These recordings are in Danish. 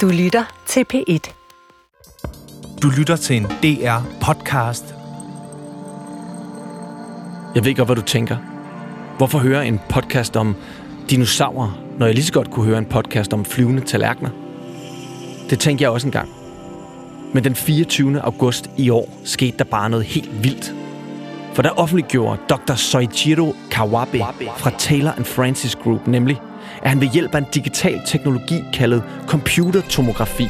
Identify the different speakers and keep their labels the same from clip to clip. Speaker 1: Du lytter til P1.
Speaker 2: Du lytter til en DR-podcast.
Speaker 3: Jeg ved godt, hvad du tænker. Hvorfor høre en podcast om dinosaurer, når jeg lige så godt kunne høre en podcast om flyvende tallerkener? Det tænkte jeg også engang. Men den 24. august i år skete der bare noget helt vildt. For der offentliggjorde Dr. Soichiro Kawabe fra Taylor and Francis Group nemlig, at han ved hjælp af en digital teknologi kaldet computertomografi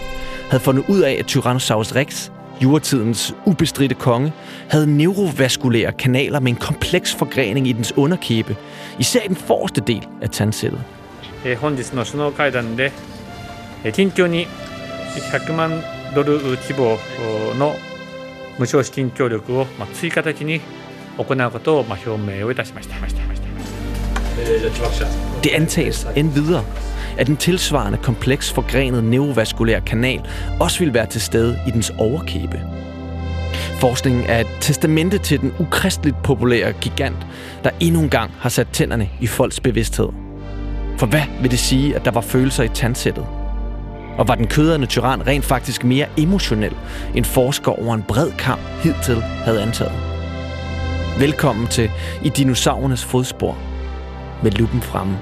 Speaker 3: havde fundet ud af, at Tyrannosaurus rex, juretidens ubestridte konge, havde neurovaskulære kanaler med en kompleks forgrening i dens underkæbe, især i den forreste del af tandsættet.
Speaker 4: えー本日の首脳会談でえー緊急に100万ドル規模の無償資金協力をまあ追加的に行うことをまあ表明をいたしました。
Speaker 3: Det antages endvidere, at en tilsvarende kompleks forgrenet neurovaskulær kanal også vil være til stede i dens overkæbe. Forskningen er et testamente til den ukristeligt populære gigant, der endnu en gang har sat tænderne i folks bevidsthed. For hvad vil det sige, at der var følelser i tandsættet? Og var den køderne tyran rent faktisk mere emotionel, end forskere over en bred kamp hidtil havde antaget? Velkommen til I dinosaurernes fodspor med luppen fremme.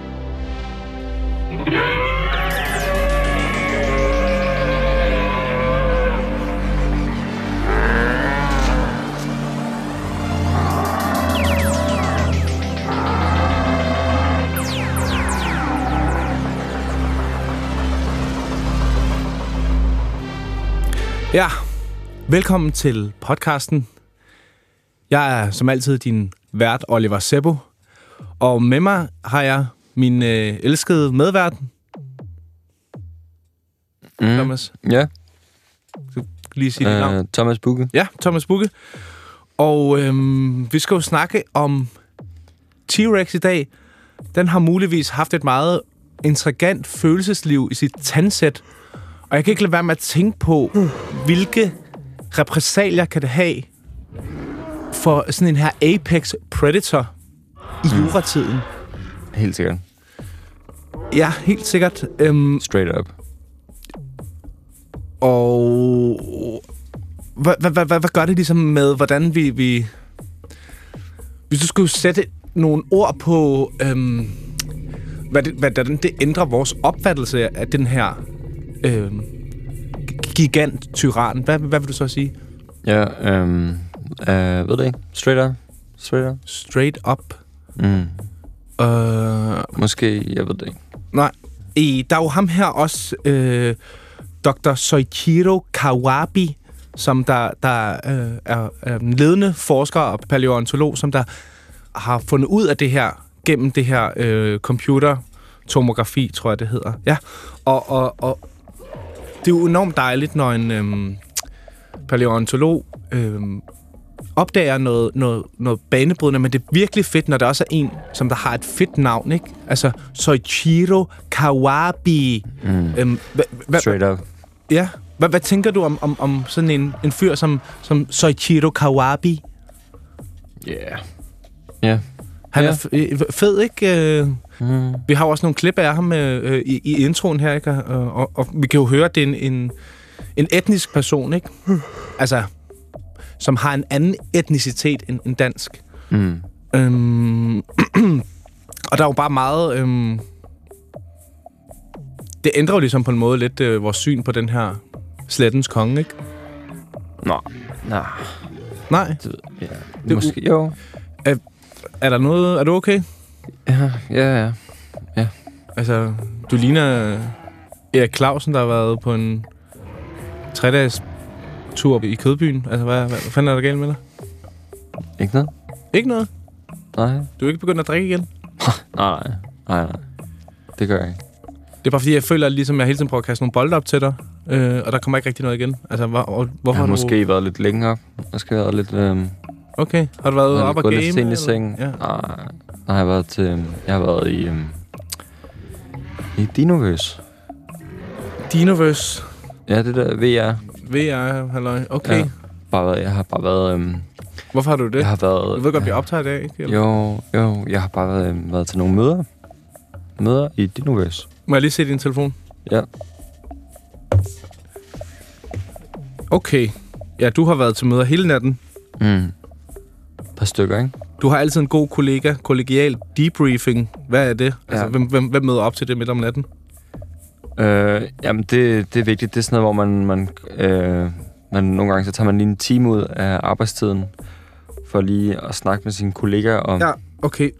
Speaker 2: Ja, velkommen til podcasten. Jeg er som altid din vært, Oliver Sebo. Og med mig har jeg min øh, elskede medvært, mm. Thomas.
Speaker 5: Ja,
Speaker 2: Lige sige dit navn.
Speaker 5: øh, Thomas Bukke.
Speaker 2: Ja, Thomas Bukke. Og øhm, vi skal jo snakke om T-Rex i dag. Den har muligvis haft et meget intrigant følelsesliv i sit tandsæt. Og jeg kan ikke lade være med at tænke på, hvilke repræsalier kan det have for sådan en her Apex Predator i juratiden.
Speaker 5: Helt sikkert.
Speaker 2: Ja, helt sikkert. Øhm,
Speaker 5: Straight up.
Speaker 2: Og hvad, hvad, hvad, hvad, hvad gør det ligesom med, hvordan vi... vi hvis du skulle sætte nogle ord på, øhm, hvad det, hvad, hvordan det ændrer vores opfattelse af den her øhm, gi- gigant-tyran, hvad, hvad vil du så sige?
Speaker 5: Ja, øhm, øh, ved det ikke. Straight up. Straight up.
Speaker 2: Straight up.
Speaker 5: Mm.
Speaker 2: Øh,
Speaker 5: Måske, jeg ved det ikke.
Speaker 2: nej, i, der er jo ham her også, øh, Dr. Soichiro Kawabi, som der, der øh, er, er en ledende forsker og paleontolog, som der har fundet ud af det her gennem det her øh, computertomografi, tror jeg det hedder. Ja, og, og, og det er jo enormt dejligt, når en øh, paleontolog øh, opdager noget, noget, noget banebrydende, men det er virkelig fedt, når der også er en, som der har et fedt navn, ikke? Altså Soichiro Kawabi. Mm. Øhm, hva, hva,
Speaker 5: Straight up.
Speaker 2: Ja. Hvad, hvad tænker du om, om, om sådan en, en fyr som, som Soichiro Kawabi?
Speaker 5: Yeah. Ja.
Speaker 2: Han ja.
Speaker 5: Ja.
Speaker 2: er f- øh, fed, ikke? Øh, mm. Vi har jo også nogle klip af ham øh, øh, i, i introen her, ikke? Og, og, og, og vi kan jo høre, at det er en, en, en etnisk person, ikke? Altså, som har en anden etnicitet end, end dansk.
Speaker 5: Mm.
Speaker 2: Øhm, og der er jo bare meget... Øhm, det ændrer jo ligesom på en måde lidt øh, vores syn på den her slettens konge, ikke?
Speaker 5: Nå. Nå.
Speaker 2: Nej.
Speaker 5: Det, ved- ja.
Speaker 2: er
Speaker 5: Det, Måske, jo.
Speaker 2: Er der noget... Er du okay?
Speaker 5: Ja, ja, ja.
Speaker 2: Altså, du ligner Erik Clausen, der har været på en tre-dages tur i Kødbyen. Altså, hvad, hvad, hvad fanden er der galt med dig?
Speaker 5: Ikke noget?
Speaker 2: Ikke noget.
Speaker 5: Nej.
Speaker 2: Du er ikke begyndt at drikke igen.
Speaker 5: Nej, nej. Nej, nej. Det gør jeg ikke.
Speaker 2: Det er bare fordi, jeg føler, at ligesom jeg hele tiden prøver at kaste nogle bolde op til dig, øh, og der kommer ikke rigtig noget igen. Altså, hvor, og, hvorfor
Speaker 5: Jeg har
Speaker 2: har du...
Speaker 5: måske været lidt længere op. Måske været lidt... Øhm,
Speaker 2: Okay, har du været
Speaker 5: Når
Speaker 2: op
Speaker 5: vi
Speaker 2: og
Speaker 5: går
Speaker 2: game?
Speaker 5: lidt sent i
Speaker 2: eller?
Speaker 5: seng.
Speaker 2: Ja.
Speaker 5: Ja. Nej, nej, jeg har været til... øhm, Jeg har været i... øhm, I Dinoverse.
Speaker 2: Dinoverse,
Speaker 5: Ja, det der VR.
Speaker 2: VR, halløj. Okay, ja.
Speaker 5: Ja. Bare været, jeg har bare været... Øhm,
Speaker 2: hvorfor har du det?
Speaker 5: jeg har været...
Speaker 2: Jeg ved godt, vi
Speaker 5: ja,
Speaker 2: optager i dag, ikke? Eller?
Speaker 5: Jo, jo, jeg har bare været, øhm, været til nogle møder. Møder i Dinoverse.
Speaker 2: Må jeg lige se din telefon?
Speaker 5: Ja.
Speaker 2: Okay. Ja, du har været til møder hele natten.
Speaker 5: Mm. Par stykker, ikke?
Speaker 2: Du har altid en god kollega, kollegial debriefing. Hvad er det? Altså,
Speaker 5: Ja.
Speaker 2: hvem, hvem, hvem møder op til det midt om natten?
Speaker 5: Øh, jamen, det, det er vigtigt. Det er sådan noget, hvor man, man, øh, man nogle gange så tager man lige en time ud af arbejdstiden, for lige at snakke med sine kollegaer om...
Speaker 2: Ja, okay.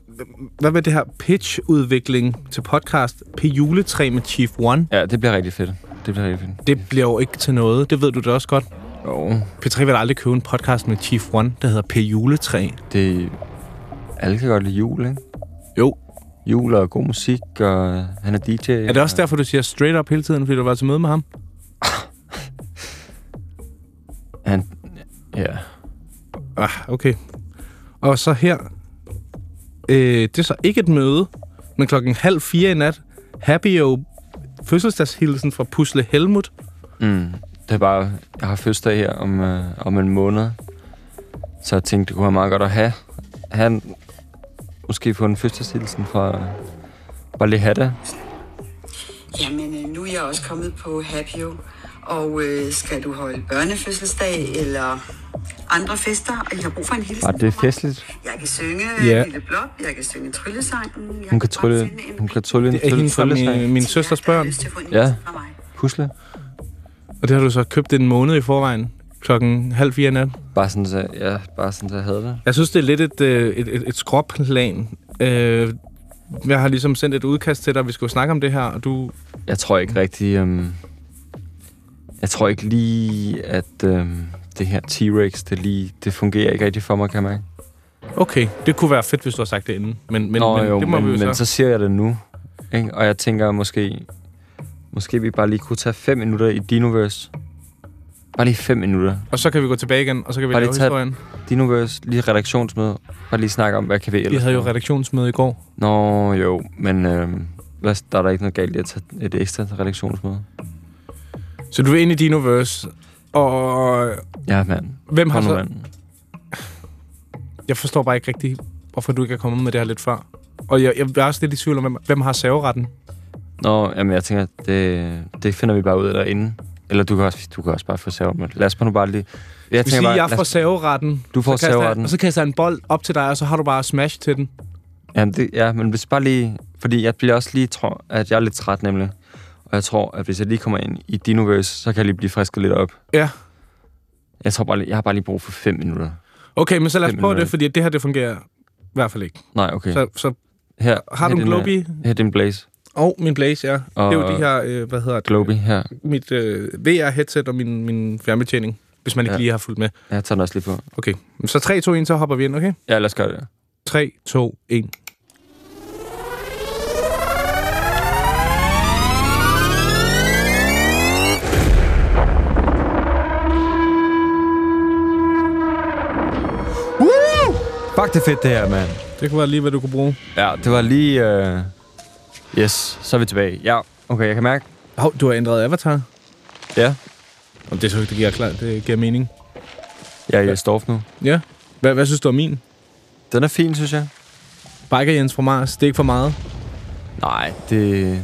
Speaker 2: Hvad med det her pitch-udvikling til podcast? P. Juletræ med Chief One.
Speaker 5: ja, det bliver rigtig fedt. Det bliver rigtig fedt.
Speaker 2: Det bliver jo ikke til noget. Det ved du da også godt.
Speaker 5: Jo,
Speaker 2: P3 vil aldrig købe en podcast med Chief One, der hedder P. Juletræ.
Speaker 5: det... Alle kan godt lide jul, ikke?
Speaker 2: Jo.
Speaker 5: Jul og god musik, og han er DJ.
Speaker 2: Er det også derfor, du siger straight up hele tiden, fordi du var til møde med ham?
Speaker 5: Han, ja.
Speaker 2: Ah, okay. Og så her. Øh, det er så ikke et møde, men klokken halv fire i nat. Happy O fødselsdagshilsen fra Pusle Helmut.
Speaker 5: Mm. Det er bare, jeg har fødselsdag her om, øh, om en måned, så jeg tænkte, det kunne være meget godt at have. Han måske få en fødselsdagshilsen fra øh, bare lige have det.
Speaker 1: Jamen, øh, nu er jeg også kommet på Happyo, og øh, skal du holde børnefødselsdag eller andre fester, og I har brug for en hilsen
Speaker 5: Bare Ah, det er
Speaker 1: fra mig?
Speaker 5: festligt.
Speaker 1: Jeg kan synge
Speaker 2: Ja.
Speaker 1: ja. Lille Blop, jeg kan synge tryllesangen. Jeg
Speaker 5: Hun kan
Speaker 1: bare
Speaker 5: trylle,
Speaker 1: sende en
Speaker 5: hun kan trylle en
Speaker 2: Det er
Speaker 5: trylle,
Speaker 2: hende fra
Speaker 5: trylle
Speaker 2: min, min søsters børn.
Speaker 5: Ja.
Speaker 1: Ja.
Speaker 5: Pusle.
Speaker 2: Og det har du så købt en måned i forvejen. Klokken halv fire i nat.
Speaker 5: Bare sådan, så, ja, bare sådan, så jeg havde det.
Speaker 2: Jeg synes, det er lidt et, øh, et, et, et skråplan. Øh, jeg har ligesom sendt et udkast til dig, vi skulle snakke om det her, og du...
Speaker 5: Jeg tror ikke rigtig... Øhm, jeg tror ikke lige, at øhm, det her T-Rex, det, lige, det fungerer ikke rigtig for mig, kan man mærke.
Speaker 2: Okay, det kunne være fedt, hvis du har sagt det inden. Men, men,
Speaker 5: Nå,
Speaker 2: men
Speaker 5: jo,
Speaker 2: det må vi
Speaker 5: men,
Speaker 2: jo
Speaker 5: men
Speaker 2: så.
Speaker 5: så siger jeg det nu. Ikke? Og jeg tænker måske, måske vi bare lige kunne tage 5 minutter i Dinoverse. Bare lige 5 minutter.
Speaker 2: Og så kan vi gå tilbage igen, og så kan vi
Speaker 5: Bare
Speaker 2: lave
Speaker 5: lige tage-
Speaker 2: historien.
Speaker 5: Dinoverse, lige redaktionsmøde. Bare lige snakke om, hvad kan vi ellers
Speaker 2: Vi havde jo
Speaker 5: gøre?
Speaker 2: redaktionsmøde i går.
Speaker 5: Nå, jo, men øhm, lad os, der er der ikke noget galt i at tage et ekstra redaktionsmøde.
Speaker 2: Så du er inde i Dinoverse, og
Speaker 5: Ja, mand.
Speaker 2: hvem har
Speaker 5: Kom
Speaker 2: så...
Speaker 5: nu, mand.
Speaker 2: Jeg forstår bare ikke rigtigt, hvorfor du ikke er kommet med det her lidt før. Og jeg, jeg er også lidt i tvivl om, hvem, hvem har serveretten?
Speaker 5: Nå, jamen jeg tænker, det, det finder vi bare ud af derinde. Eller du kan også, du kan også bare få servermøde. Lad os bare nu bare lige... Jeg
Speaker 2: Hvis jeg, jeg
Speaker 5: lad
Speaker 2: får
Speaker 5: os,
Speaker 2: serveretten,
Speaker 5: du får
Speaker 2: så kaster jeg,
Speaker 5: serverretten.
Speaker 2: og så kaster jeg en bold op til dig, og så har du bare smash til den.
Speaker 5: Jamen, det, ja, men hvis bare lige... Fordi jeg bliver også lige... Tror, at jeg er lidt træt nemlig. Og jeg tror, at hvis jeg lige kommer ind i Dinoverse, så kan jeg lige blive frisket lidt op.
Speaker 2: Ja.
Speaker 5: Jeg tror bare, lige- jeg har bare lige brug for 5 minutter.
Speaker 2: Okay, men så lad os
Speaker 5: Fem
Speaker 2: prøve
Speaker 5: minutter.
Speaker 2: det, fordi det her, det fungerer i hvert fald ikke.
Speaker 5: Nej, okay.
Speaker 2: Så, så
Speaker 5: her,
Speaker 2: har du
Speaker 5: her
Speaker 2: en
Speaker 5: din, øh,
Speaker 2: Globi?
Speaker 5: Her er din blaze.
Speaker 2: Og min Blaze, ja.
Speaker 5: Og
Speaker 2: Det er jo de her, øh, hvad hedder det?
Speaker 5: Globi her.
Speaker 2: Mit øh, VR-headset og min, min fjernbetjening, hvis man ikke
Speaker 5: Ja.
Speaker 2: lige har fulgt med.
Speaker 5: Jeg tager den også lige på.
Speaker 2: Okay, så 3, 2, 1, så hopper vi ind, okay?
Speaker 5: Ja, lad os gøre det.
Speaker 2: 3, 2, 1.
Speaker 5: Fuck, det er fedt det her, mand.
Speaker 2: Det kunne være lige, hvad du kunne bruge.
Speaker 5: Ja, det var lige... Øh... Yes, så er vi tilbage. Ja, okay, jeg kan mærke.
Speaker 2: Hov, du har ændret avatar.
Speaker 5: Ja,
Speaker 2: Om det så det giver klart, det giver mening.
Speaker 5: jeg er i Storf nu.
Speaker 2: Ja. Hvad, hvad synes du om min?
Speaker 5: Den er fin, synes jeg.
Speaker 2: Biker Jens fra Mars, det er ikke for meget.
Speaker 5: Nej, det...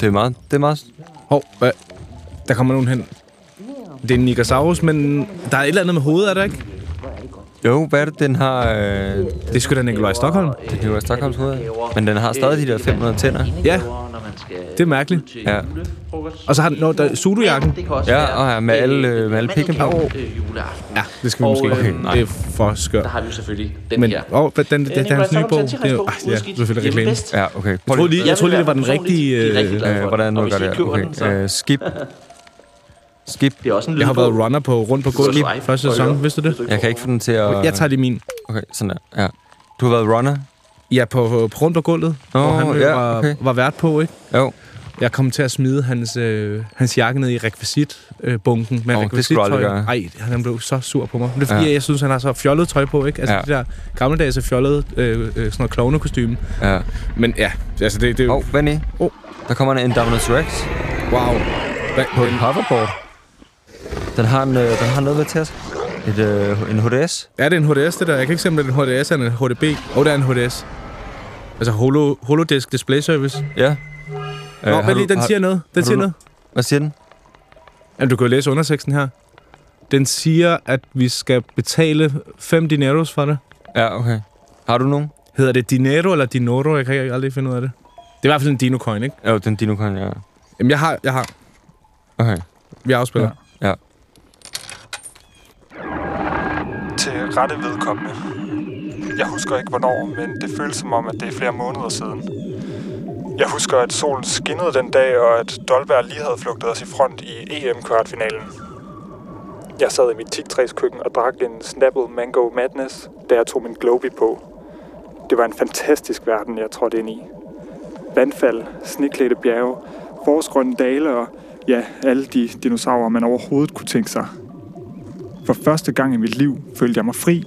Speaker 5: Det er meget... Det er meget...
Speaker 2: Hov, hvad? Der kommer nogen hen. Det er en Nicosaurus, men der er et eller andet med hovedet, er der ikke?
Speaker 5: Jo, hvad er det, den har... Øh...
Speaker 2: Det er sgu da Nikolaj Stockholm.
Speaker 5: Det er jo Stockholms hoved. Men den har stadig de der 500 tænder.
Speaker 2: Ja.
Speaker 6: når man skal
Speaker 2: Det er mærkeligt.
Speaker 5: Ja.
Speaker 6: julefrokost.
Speaker 2: Og så har den, når der er sudojakken.
Speaker 6: Det kan også
Speaker 5: Ja,
Speaker 6: være,
Speaker 5: og ja, med
Speaker 6: øh,
Speaker 5: alle, øh, med alle
Speaker 6: mandelkage,
Speaker 5: pikken på.
Speaker 6: øh, juleaften.
Speaker 2: Ja, det skal vi
Speaker 6: Og,
Speaker 2: måske ikke.
Speaker 6: øh,
Speaker 2: Okay, nej. Det er for skørt.
Speaker 6: Der Øh, har vi jo selvfølgelig den
Speaker 2: Men,
Speaker 6: her.
Speaker 2: åh, oh, den, den, den, den, hans nye bog, det er jo, ah, ja, selvfølgelig reklame.
Speaker 5: Ja, okay.
Speaker 2: Jeg troede lige,
Speaker 6: Jeg
Speaker 2: jeg troede
Speaker 6: vil
Speaker 2: lige det
Speaker 6: være
Speaker 2: var den
Speaker 6: personligt
Speaker 2: rigtige...
Speaker 6: rigtig
Speaker 2: Øh,
Speaker 6: glad.
Speaker 5: Øh, hvordan må
Speaker 6: Og
Speaker 5: vi
Speaker 6: hvis
Speaker 5: gøre
Speaker 6: I
Speaker 5: det her?
Speaker 6: køber den, så-
Speaker 5: Okay. Øh, skip. Skip.
Speaker 6: Det er også en
Speaker 2: jeg har
Speaker 6: lydbog.
Speaker 2: været runner på rundt på gulvet
Speaker 6: Lige-
Speaker 2: første sæson, vidste du det?
Speaker 5: Jeg kan ikke få den til at...
Speaker 2: Jeg tager lige min.
Speaker 5: Okay, sådan der. Ja. Du har været runner?
Speaker 2: Ja, på, på rundt på gulvet,
Speaker 5: Nå,
Speaker 2: hvor han øh,
Speaker 5: ja,
Speaker 2: var,
Speaker 5: okay.
Speaker 2: var vært på, ikke?
Speaker 5: Jo.
Speaker 2: Jeg kom til at smide hans, øh, hans jakke ned i rekvisitbunken øh, bunken med
Speaker 5: Åh,
Speaker 2: oh,
Speaker 5: det skulle du aldrig
Speaker 2: rekvisittøj.
Speaker 5: gøre.
Speaker 2: Ej, han blev så sur på mig. Men Det er fordi,
Speaker 5: Ja.
Speaker 2: ja. jeg synes, han har så fjollet tøj på, ikke? Altså
Speaker 5: Ja.
Speaker 2: ja. det der gammeldags fjollede, øh, øh, sådan noget klovnekostyme.
Speaker 5: Ja.
Speaker 2: Men ja, altså det, det er jo...
Speaker 5: Åh, oh, Benny.
Speaker 2: Åh.
Speaker 5: Der kommer en Indominus Rex.
Speaker 2: Wow. Hvad,
Speaker 5: På en hoverboard. Den har, en, øh, den har noget ved til os. Et, øh, en HDS.
Speaker 2: Er det en HDS, det der? Jeg kan ikke se, om det er en HDS eller en HDB. Åh, oh, det er en HDS. Altså holo, Holodesk Display Service.
Speaker 5: Ja.
Speaker 2: Nå,
Speaker 5: har
Speaker 2: vent lige,
Speaker 5: du-
Speaker 2: den
Speaker 5: Øh, har-
Speaker 2: siger noget. Den
Speaker 5: du
Speaker 2: siger
Speaker 5: no-
Speaker 2: noget.
Speaker 5: Hvad siger den?
Speaker 2: Jamen, du kan jo læse underteksten her. Den siger, at vi skal betale 5 dineros for det.
Speaker 5: Ja, okay. Har du nogen?
Speaker 2: Hedder det dinero eller dinoro? Jeg kan ikke aldrig finde ud af det. Det er i hvert fald en dino-coin, ikke?
Speaker 5: Jo, den dino kan ja.
Speaker 2: Jamen, jeg har... Jeg har.
Speaker 5: Okay.
Speaker 2: Vi afspiller.
Speaker 5: Ja.
Speaker 7: til rette vedkommende. Jeg husker ikke hvornår, men det føles som om, at det er flere måneder siden. Jeg husker, at solen skinnede den dag, og at Dolberg lige havde flugtet os i front i EM-kvartfinalen. Jeg sad i mit tigtræs køkken og drak en Snapple Mango Madness, da jeg tog min Globi på. Det var en fantastisk verden, jeg trådte ind i. Vandfald, sneklædte bjerge, forårsgrønne dale og ja, alle de dinosaurer, man overhovedet kunne tænke sig. For første gang i mit liv følte jeg mig fri.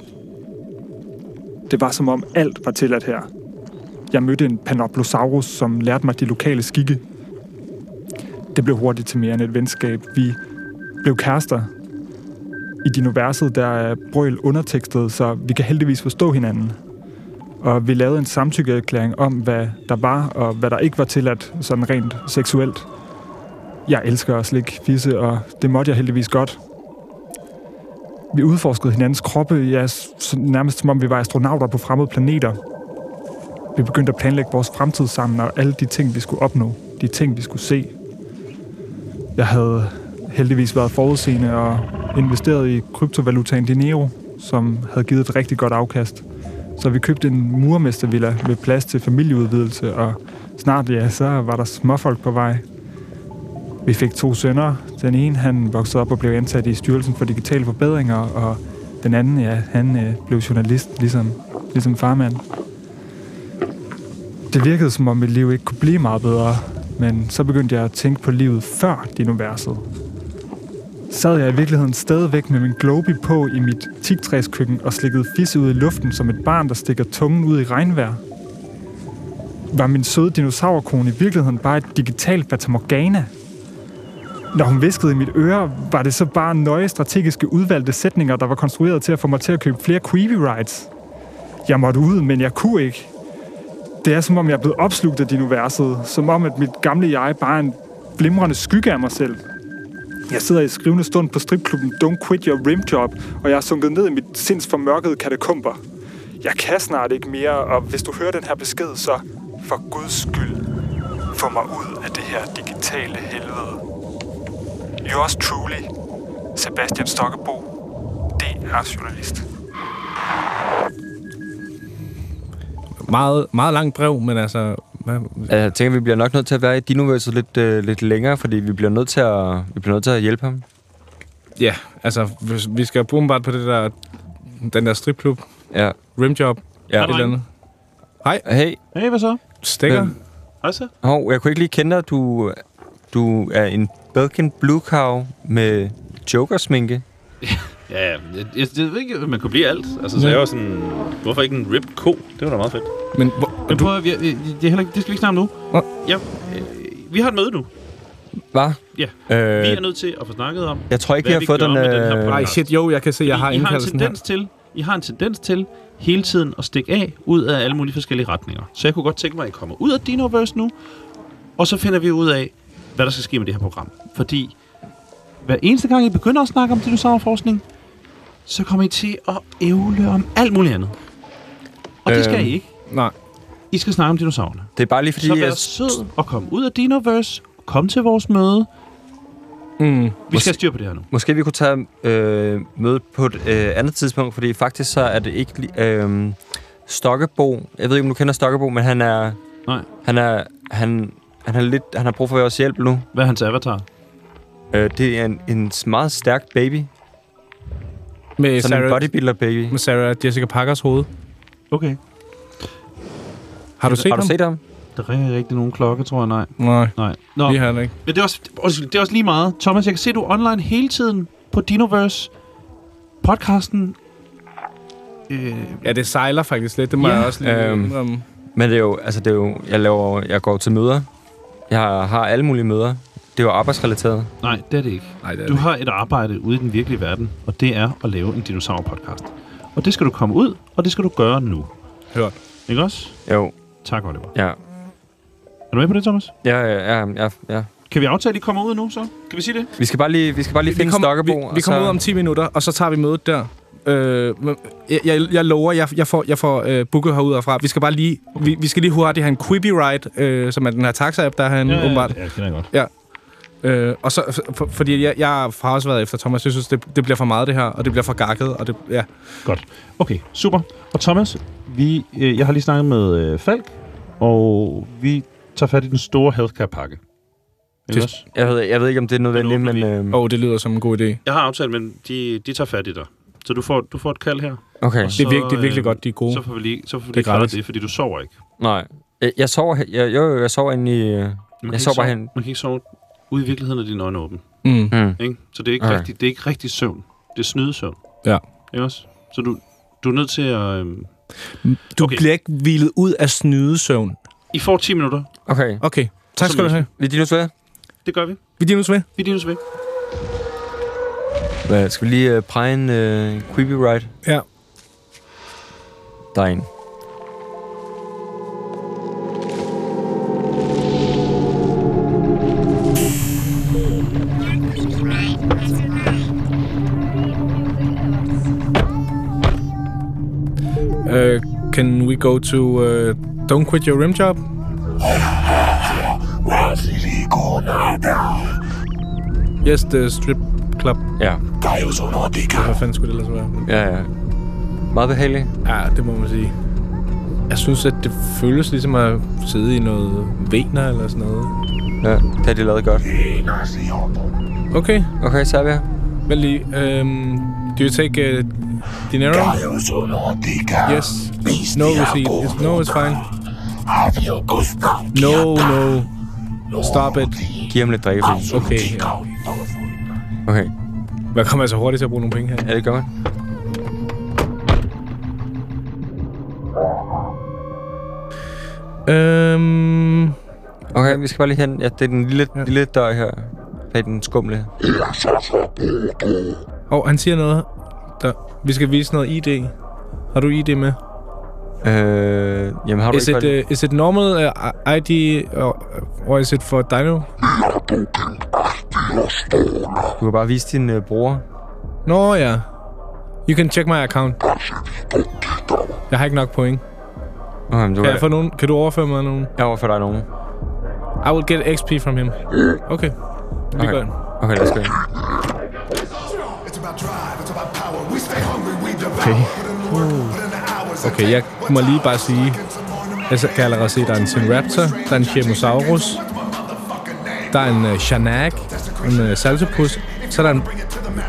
Speaker 7: Det var som om alt var tilladt her. Jeg mødte en panoplosaurus, som lærte mig de lokale skikke. Det blev hurtigt til mere end et venskab. Vi blev kærester. I dinoverset der er brøl undertekstet, så vi kan heldigvis forstå hinanden. Og vi lavede en samtykkeerklæring om, hvad der var og hvad der ikke var tilladt, sådan rent seksuelt. Jeg elsker at slikke fisse, og det måtte jeg heldigvis godt. Vi udforskede hinandens kroppe, ja, s- s- nærmest som om vi var astronauter på fremmede planeter. Vi begyndte at planlægge vores fremtid sammen, og alle de ting, vi skulle opnå, de ting, vi skulle se. Jeg havde heldigvis været forudseende og investeret i kryptovalutaen Dinero, som havde givet et rigtig godt afkast. Så vi købte en murmestervilla med plads til familieudvidelse, og snart ja, så var der småfolk på vej. Vi fik to sønner. Den ene, han voksede op og blev ansat i Styrelsen for Digitale Forbedringer, og den anden, ja, han øh, blev journalist, ligesom, ligesom farmand. Det virkede som om mit liv ikke kunne blive meget bedre, men så begyndte jeg at tænke på livet før dinoverset. Sad jeg i virkeligheden stadigvæk med min globi på i mit tigtræskøkken og slikkede fisse ud i luften som et barn, der stikker tungen ud i regnvejr? Var min søde dinosaurkone i virkeligheden bare et digitalt fatamorgana? Når hun viskede i mit øre, var det så bare nøje strategiske udvalgte sætninger, der var konstrueret til at få mig til at købe flere Quibi Rides. Jeg måtte ud, men jeg kunne ikke. Det er som om, jeg er blevet opslugt af dinoverset. Som om, at mit gamle jeg bare er en glimrende skygge af mig selv. Jeg sidder i skrivende stund på stripklubben Don't Quit Your Rim Job, og jeg er sunket ned i mit sinds formørkede katakomber. Jeg kan snart ikke mere, og hvis du hører den her besked, så for guds skyld, få mig ud af det her digitale helvede. Yours er truly, Sebastian Stokkebo, DR-journalist.
Speaker 2: Meget, meget langt brev, men altså... Hvad?
Speaker 5: Jeg tænker, vi bliver nok nødt til at være i dinoverset lidt, øh, lidt længere, fordi vi bliver nødt til at, vi bliver nødt til at hjælpe ham.
Speaker 2: Ja, altså, hvis- vi skal bruge bare på det der, den der stripklub,
Speaker 5: Ja.
Speaker 2: rimjob,
Speaker 5: ja.
Speaker 2: et eller andet.
Speaker 5: Hey,
Speaker 8: Hey, hvad så?
Speaker 2: Stikker.
Speaker 5: Hvem?
Speaker 8: Hej så.
Speaker 5: hov, jeg kunne ikke lige kende dig. Du, du er en Belgian Blue Cow med jokersminke.
Speaker 8: Ja, ja. Jeg, jeg, jeg ved ikke, man kunne blive alt. Altså, så jeg var sådan, hvorfor ikke en ripped ko? Det var da meget fedt.
Speaker 2: Men hvor,
Speaker 8: Men
Speaker 2: du,
Speaker 8: prøv at, vi, vi, det, er heller, ikke- det skal vi ikke snakke om nu.
Speaker 2: Nå.
Speaker 8: Ja, øh, vi har et møde nu.
Speaker 5: Hva?
Speaker 8: Ja.
Speaker 5: Øh,
Speaker 8: Vi er nødt til at få snakket om,
Speaker 5: jeg tror ikke, vi
Speaker 8: hvad
Speaker 5: har
Speaker 8: vi
Speaker 5: fået
Speaker 8: gør
Speaker 5: den...
Speaker 8: med den her
Speaker 5: Øh,
Speaker 2: nej, shit, jo, jeg kan se, jeg har
Speaker 8: I, I har en
Speaker 2: indkaldelsen her.
Speaker 8: tendens til, I har en tendens til hele tiden at stikke af ud af alle mulige forskellige retninger. Så jeg kunne godt tænke mig, at I kommer ud af Dinoverse nu, og så finder vi ud af, hvad der skal ske med det her program. Fordi hver eneste gang, I begynder at snakke om dinosaurforskning, så kommer I til at ævle om alt muligt andet. Og det skal
Speaker 5: Øhm.
Speaker 8: I ikke.
Speaker 2: Nej.
Speaker 8: I skal snakke om dinosaurerne.
Speaker 5: det er bare lige fordi,
Speaker 8: Så vær
Speaker 5: jeg,
Speaker 8: sød og kom ud af Dinoverse. Kom til vores møde.
Speaker 2: Mm.
Speaker 8: Vi skal have styr på det her nu.
Speaker 5: Måske vi kunne tage øh, mødet på et øh, andet tidspunkt, fordi faktisk så er det ikke... li- Øh, Stokkebo, jeg ved ikke, om du kender Stokkebo, men han er...
Speaker 8: Nej.
Speaker 5: Han er... Han, han, er lidt, han har brug for vores hjælp nu.
Speaker 8: Hvad er hans avatar?
Speaker 5: Øh, det er en, en meget stærk baby.
Speaker 2: Med
Speaker 5: Sådan en
Speaker 2: Sarah,
Speaker 5: bodybuilder baby.
Speaker 2: med Sarah Jessica Parkers hoved.
Speaker 8: Okay.
Speaker 2: Har du set
Speaker 5: Har du
Speaker 2: ham?
Speaker 5: set ham?
Speaker 8: Der ringer ikke nogen klokke, tror jeg. Nej.
Speaker 2: Nej,
Speaker 8: Nej. Nå,
Speaker 2: vi har han ikke.
Speaker 8: Men det er, også, undskyld, det er også lige meget. Thomas, jeg kan se, du er online hele tiden på Dinoverse. Podcasten. Øh,
Speaker 2: Ja, det sejler faktisk lidt, det må
Speaker 8: Ja.
Speaker 2: jeg også lige
Speaker 5: Øhm.
Speaker 2: indrømme.
Speaker 5: Men det er jo, altså det er jo, jeg laver, jeg går til møder. Jeg har, har alle mulige møder. Det er jo arbejdsrelateret.
Speaker 8: nej, det er det ikke.
Speaker 2: Nej, det er
Speaker 8: Du
Speaker 2: det.
Speaker 8: har et arbejde ude i den virkelige verden, og det er at lave en dinosaur-podcast. Og det skal du komme ud, og det skal du gøre nu.
Speaker 2: Hørt.
Speaker 8: Ikke også?
Speaker 5: Jo,
Speaker 8: Tak, Oliver.
Speaker 5: ja.
Speaker 8: Er du med på det, Thomas?
Speaker 5: Ja, ja, ja, ja, ja.
Speaker 8: Kan vi aftale, at I kommer ud nu, så? Kan vi sige det?
Speaker 5: Vi skal bare lige, vi skal bare lige
Speaker 2: vi
Speaker 5: finde
Speaker 2: kommer, vi,
Speaker 5: Stokkebo. og
Speaker 2: vi kommer
Speaker 5: så-
Speaker 2: ud om 10 minutter, og så tager vi mødet der. Øh, men jeg, jeg, jeg lover, jeg, jeg får, jeg får øh, booket herude og fra. Vi skal bare lige, vi, vi skal lige hurtigt have en Quibi Ride, øh, som er den her taxa-app, der er han ja, åbenbart.
Speaker 8: Ja, det kender jeg godt.
Speaker 2: Øh, og så, for, fordi jeg, jeg har også været efter Thomas. Jeg synes, det, det bliver for meget det her, og det bliver for gakket, og det, ja.
Speaker 8: Godt. Okay, super. Og Thomas, vi, øh, jeg har lige snakket med øh, Falk, og vi tager fat i den store healthcare-pakke. Ellers?
Speaker 5: Jeg ved, jeg ved ikke, om det er nødvendigt, men... Øh,
Speaker 2: Åh, oh, det lyder som en god idé.
Speaker 8: Jeg har aftalt, men de, de tager fat i dig. Så du får, du får et kald her.
Speaker 5: okay.
Speaker 2: Det er, virke, det er virkelig godt, de er gode.
Speaker 8: Så får vi lige, så får
Speaker 2: Uh.
Speaker 8: vi
Speaker 2: Det er
Speaker 8: lige klaret
Speaker 2: gratis.
Speaker 8: det, fordi du sover ikke.
Speaker 5: Nej. Øh, Jeg sover, he- jeg, jo, jo, jeg sover inde i... øh,
Speaker 8: Man kan
Speaker 5: Jeg
Speaker 8: ikke
Speaker 5: sover bare
Speaker 8: sove-
Speaker 5: hen-
Speaker 8: Man kan ikke sove ude i virkeligheden, når dine øjne er åbne.
Speaker 2: Mm.
Speaker 5: Mm.
Speaker 8: Ikke? Så det er ikke,
Speaker 5: Nej.
Speaker 8: rigtig, det er ikke rigtig søvn. Det er snydesøvn.
Speaker 2: Ja.
Speaker 8: Ikke også? Så du, du er nødt til at... Øhm,
Speaker 2: Du
Speaker 8: Okay.
Speaker 2: okay. bliver ikke hvilet ud af snydesøvn.
Speaker 8: I får 10 minutter.
Speaker 5: Okay.
Speaker 2: Okay, tak
Speaker 8: Så
Speaker 2: skal du have.
Speaker 5: Vi er dine ved.
Speaker 8: Det gør vi.
Speaker 2: Vi er med.
Speaker 8: Vi er væk.
Speaker 5: Hvad, skal vi lige øh, præge en øh, creepy ride?
Speaker 2: Ja.
Speaker 5: Der er en.
Speaker 2: Uh, can we go to uh, Don't Quit Your Rim Job? Yes, the strip club.
Speaker 5: Ja,
Speaker 2: Hvad fanden skulle det ellers være?
Speaker 5: ja, ja. Meget behageligt.
Speaker 2: Ja, det må man sige. Jeg synes, at det føles ligesom at sidde i noget vener eller sådan noget.
Speaker 5: Ja, det har de lavet godt.
Speaker 2: Okay,
Speaker 5: Okay, så er vi her.
Speaker 2: vent lige. Um, do you take uh, dinero? Yes. No receipt. Yes, no, it's fine. No, no. Stop it.
Speaker 5: Giv ham lidt drikkepose.
Speaker 2: Okay. ja.
Speaker 5: Okay,
Speaker 2: Hvad kommer jeg så hurtigt til at bruge nogle penge her?
Speaker 5: ja, det gør man.
Speaker 2: Øhm,
Speaker 5: Okay, vi skal bare lige hen. Ja, det er den lille, ja. lille dør her. Bag den skumle.
Speaker 2: og han siger noget. Der, vi skal vise noget ID. Har du ID med?
Speaker 5: Øh, jamen, har du
Speaker 2: Is
Speaker 5: ikke
Speaker 2: it,
Speaker 5: holdt-
Speaker 2: uh, is it normal uh, ID, or, or is it for Dino?
Speaker 5: Du kan bare vise din øh, bror.
Speaker 2: Nå ja. You can check my account. Jeg har ikke nok point.
Speaker 5: Okay, men du
Speaker 2: Kan,
Speaker 5: kan,
Speaker 2: jeg få nogen? kan du overføre mig nogen?
Speaker 5: jeg overfører dig nogen.
Speaker 2: I will get XP from him. Okay. Vi
Speaker 5: Okay.
Speaker 2: gør det.
Speaker 5: Okay, lad os gå ind.
Speaker 2: Okay. Okay, jeg må lige bare sige, jeg kan allerede se, der er en Sinraptor, der er en Chemosaurus, der er en uh, Shanak, en uh, Salsopus, så er der en,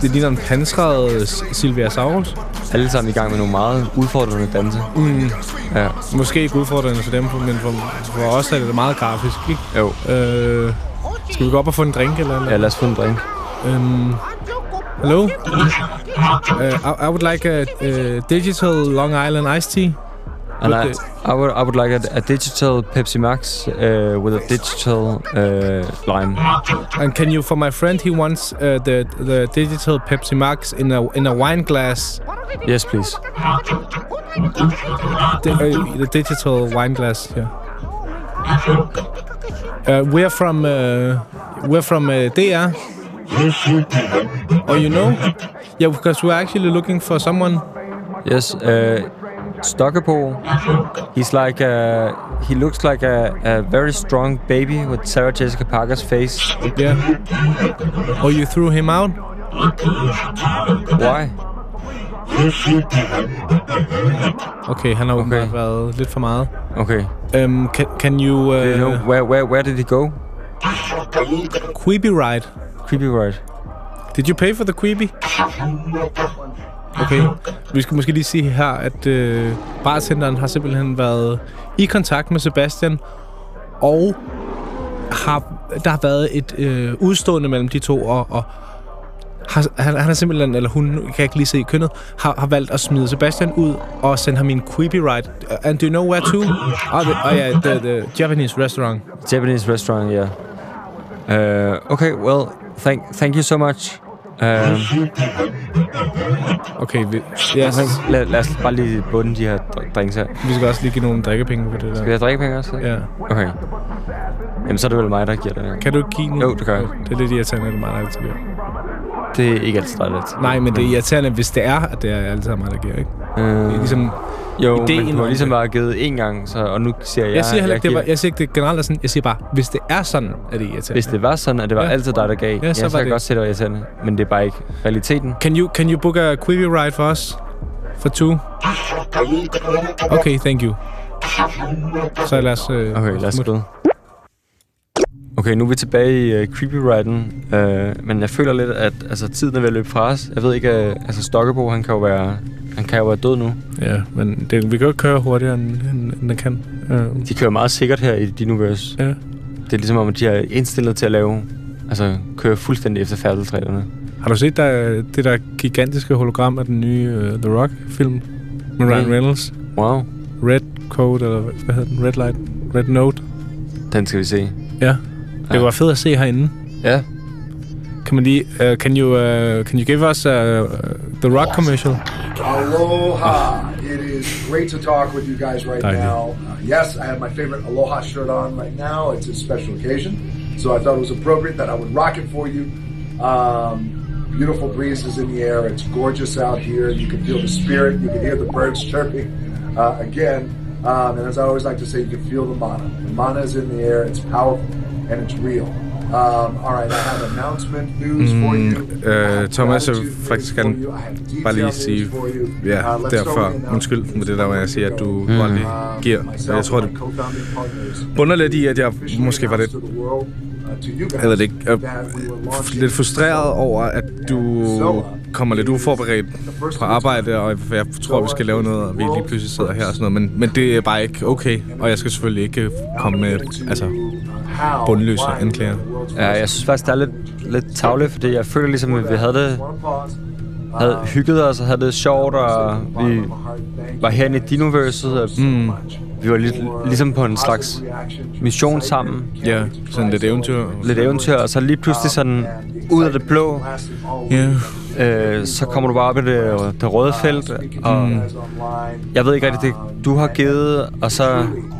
Speaker 2: det ligner en pansret øh, S- Silviasaurus.
Speaker 5: Alle sammen i gang med nogle meget udfordrende danse.
Speaker 2: Mm,
Speaker 5: Ja,
Speaker 2: måske ikke udfordrende for dem, men for, for os er det meget grafisk, ikke?
Speaker 5: jo.
Speaker 2: Øh, skal vi gå op og få en drink eller
Speaker 5: Ja,
Speaker 2: noget?
Speaker 5: lad os få en drink.
Speaker 2: Øhm, hello? Uh, Øh, I, I would like a uh, digital Long Island iced tea.
Speaker 5: And I,
Speaker 2: Okay.
Speaker 5: I would I would like a, a digital Pepsi Max uh, with a digital uh, lime.
Speaker 2: And can you, for my friend, he wants uh, the the digital Pepsi Max in a in a wine glass,
Speaker 5: Yes, please.
Speaker 2: the, uh, the digital wine glass. Yeah. Uh, we're from uh, we're from uh, DR. Oh, you know? Yeah, because we're actually looking for someone.
Speaker 5: Yes, uh, Stokkebo. He's like a, he looks like a, a very strong baby with Sarah Jessica Parker's face.
Speaker 2: Yeah. Oh, you threw him out?
Speaker 5: Why?
Speaker 2: Okay, han har åbenbart
Speaker 5: Okay.
Speaker 2: været lidt for meget.
Speaker 5: Okay.
Speaker 2: Um, can, can you...
Speaker 5: Do you know
Speaker 2: Uh,
Speaker 5: where where where did he go?
Speaker 2: Quibi ride.
Speaker 5: Creepy right.
Speaker 2: Did you pay for the Quibi? Okay. Vi skal måske lige sige her, at øh, bartenderen har simpelthen været i kontakt med Sebastian, og har, der har været et øh, udstående mellem de to, og, og har, han, han har simpelthen, eller hun, nu kan jeg ikke lige se kønnet, har, har valgt at smide Sebastian ud og sende ham i en Quibi ride. Uh, And do you know where to? Oh, the, oh yeah, the, the Japanese restaurant.
Speaker 5: Japanese restaurant. Yeah. Uh, okay. Well, thank thank you so much. Um,
Speaker 2: Okay, vi, yes.
Speaker 5: lad, lad os bare lige bunde de her dr- drinks her.
Speaker 2: vi skal også lige give nogle drikkepenge for det der.
Speaker 5: Skal vi have drikkepenge også? ikke?
Speaker 2: Ja.
Speaker 5: Okay. Jamen, så er det vel mig, der giver det.
Speaker 2: Kan du ikke give den?
Speaker 5: Jo, det gør jeg.
Speaker 2: Det er lidt irriterende, at det er mig, der altid giver.
Speaker 5: Det er ikke altid dig, der
Speaker 2: Nej, men det er irriterende, hvis det er, at det er altid mig, der giver, ikke? Det er
Speaker 5: Øh,
Speaker 2: ligesom,
Speaker 5: jo,
Speaker 2: ideen
Speaker 5: ideen men
Speaker 2: om
Speaker 5: du har ligesom
Speaker 2: det.
Speaker 5: bare givet én gang, så, og nu siger jeg...
Speaker 2: jeg siger heller ikke, det
Speaker 5: giver-
Speaker 2: var, jeg siger ikke, det generelt er sådan. Jeg siger bare, hvis det er sådan, er det irriterende.
Speaker 5: Hvis det var sådan, at det var
Speaker 2: Ja.
Speaker 5: ja. altid dig, der gav, ja, så,
Speaker 2: så
Speaker 5: ja, så
Speaker 2: var
Speaker 5: kan jeg
Speaker 2: det-
Speaker 5: godt se, at det var irriterende. Men det er bare ikke realiteten.
Speaker 2: Can you can you book a Quibi ride for us? For two? Okay, thank you. Så lad os... Øh,
Speaker 5: Okay, lad
Speaker 2: smutte.
Speaker 5: os skride. Okay, nu er vi tilbage i uh, creepy riden, uh, men jeg føler lidt, at altså, tiden er ved at løbe fra os. Jeg ved ikke, uh, altså Stokkebo, han kan jo være, han kan jo være død nu.
Speaker 2: Ja, men det, vi kan jo ikke køre hurtigere, end, end, end den kan. Øh,
Speaker 5: De kører meget sikkert her i Dinoverse.
Speaker 2: Ja.
Speaker 5: Det er ligesom om, at de er indstillet til at lave, altså køre fuldstændig efter færdeltræerne.
Speaker 2: har du set der, det der gigantiske hologram af den nye uh, The Rock-film? Med Ryan
Speaker 5: Nej.
Speaker 2: Reynolds?
Speaker 5: Wow,
Speaker 2: Red Code, eller hvad- hvad hedder den? Red Light? Red Note?
Speaker 5: den skal vi se.
Speaker 2: Ja. Det
Speaker 5: Ja.
Speaker 2: var fedt at se herinde.
Speaker 5: Ja,
Speaker 2: Kan man lige... Uh, can, you, uh, can you give us uh, The Rock commercial?
Speaker 9: Aloha. It is great to talk with you guys right
Speaker 2: Thank you.
Speaker 9: now. Uh, yes, I have my favorite Aloha shirt on right now. It's a special occasion. So I thought it was appropriate that I would rock it for you. Um, beautiful breezes in the air. It's gorgeous out here. You can feel the spirit. You can hear the birds chirping uh, again. Um, and as I always like to say, you can feel the mana. The mana is in the air. It's powerful and it's real. Um, all right, I have announcement news for you.
Speaker 2: øh,
Speaker 9: I have
Speaker 2: Thomas er
Speaker 9: gratitude
Speaker 2: faktisk
Speaker 9: news for
Speaker 2: gerne
Speaker 9: you. I have
Speaker 2: bare lige
Speaker 9: detailed
Speaker 2: sige,
Speaker 9: news for you.
Speaker 2: ja,
Speaker 9: Uh, let's go in
Speaker 2: derfor,
Speaker 9: now.
Speaker 2: undskyld med det der, hvor jeg siger, at du mm. godt lige
Speaker 9: Um,
Speaker 2: giver.
Speaker 9: myself
Speaker 2: Jeg tror,
Speaker 9: and
Speaker 2: det
Speaker 9: my co-founding partners
Speaker 2: bunder lidt i, at jeg
Speaker 9: officially
Speaker 2: måske var lidt,
Speaker 9: announced to the world, uh, to you guys
Speaker 2: jeg ved det ikke, jeg
Speaker 9: that we were
Speaker 2: er
Speaker 9: launching
Speaker 2: lidt frustreret over, at du kommer lidt uforberedt på arbejde, og jeg tror, vi skal lave noget, og vi lige pludselig sidder her og sådan noget, men, men det er bare ikke okay, og jeg skal selvfølgelig ikke øh, komme med, altså, bundløse anklager.
Speaker 5: ja jeg synes faktisk, det er lidt, lidt tavle, fordi jeg føler ligesom, at vi havde det havde hygget os og havde det sjovt, og vi var herinde i Dinoverset, og
Speaker 2: Mm,
Speaker 5: vi var lidt, ligesom på en slags mission sammen.
Speaker 2: ja, sådan lidt eventyr.
Speaker 5: Lidt eventyr, og så lige pludselig sådan ud af det blå,
Speaker 2: Ja,
Speaker 5: øh, så kommer du bare op i det, det røde felt, og jeg ved ikke rigtigt, det du har givet, og så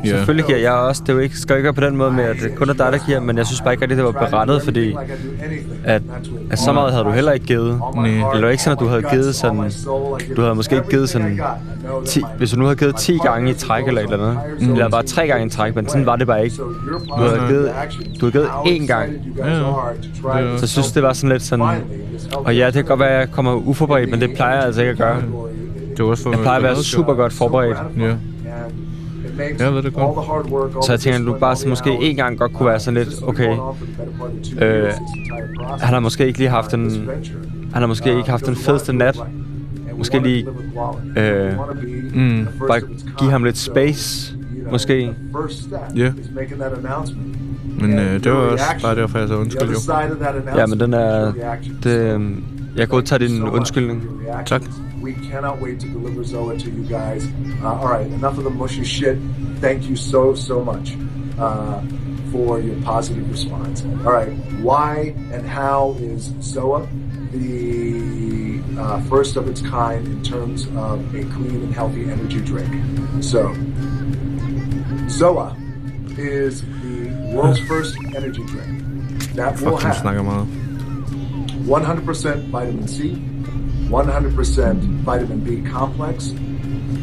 Speaker 2: Ja.
Speaker 5: selvfølgelig giver jeg også. Det er jo ikke, skal jo ikke være på den måde med, at det kun er dig, der giver, men jeg synes bare ikke rigtigt, det var berettet, fordi at, at så meget havde du heller ikke givet.
Speaker 2: nej.
Speaker 5: Eller ikke sådan, at du havde givet sådan... Du havde måske ikke givet sådan 10, hvis du nu havde givet 10 gange i træk eller et eller andet. Mm. Eller bare 3 gange i træk, men sådan var det bare ikke. Du havde givet, du havde givet én gang.
Speaker 2: Ja.
Speaker 5: Så jeg synes, det var sådan lidt sådan... Og ja, det kan godt være, at jeg kommer uforberedt, men det plejer jeg altså ikke at gøre.
Speaker 2: Det var også for,
Speaker 5: Jeg plejer at være super godt forberedt.
Speaker 2: Ja. Jeg ved det godt.
Speaker 5: Så jeg tænker, at du bare så måske én gang godt kunne være sådan lidt, okay, øh, han har måske ikke lige haft en, han har
Speaker 9: uh,
Speaker 5: måske ikke haft den fedeste nat. Måske lige øh,
Speaker 2: Mm.
Speaker 5: bare give ham lidt space, måske.
Speaker 2: Ja. Men øh, det var også bare derfor, jeg så undskyld jo.
Speaker 5: Ja, men den er, det, øh, jeg kan udtage din undskyldning.
Speaker 2: Tak.
Speaker 9: We cannot wait to deliver Zoa to you guys. Uh, all right, enough of the mushy shit. Thank you so, so much uh, for your positive response. All right, why and how is Zoa the uh, first of its kind in terms of a clean and healthy energy drink? So, Zoa is the world's first energy drink that will
Speaker 2: Fuck, han
Speaker 9: have
Speaker 2: snakker meget.
Speaker 9: 100% vitamin C, 100% vitamin B complex.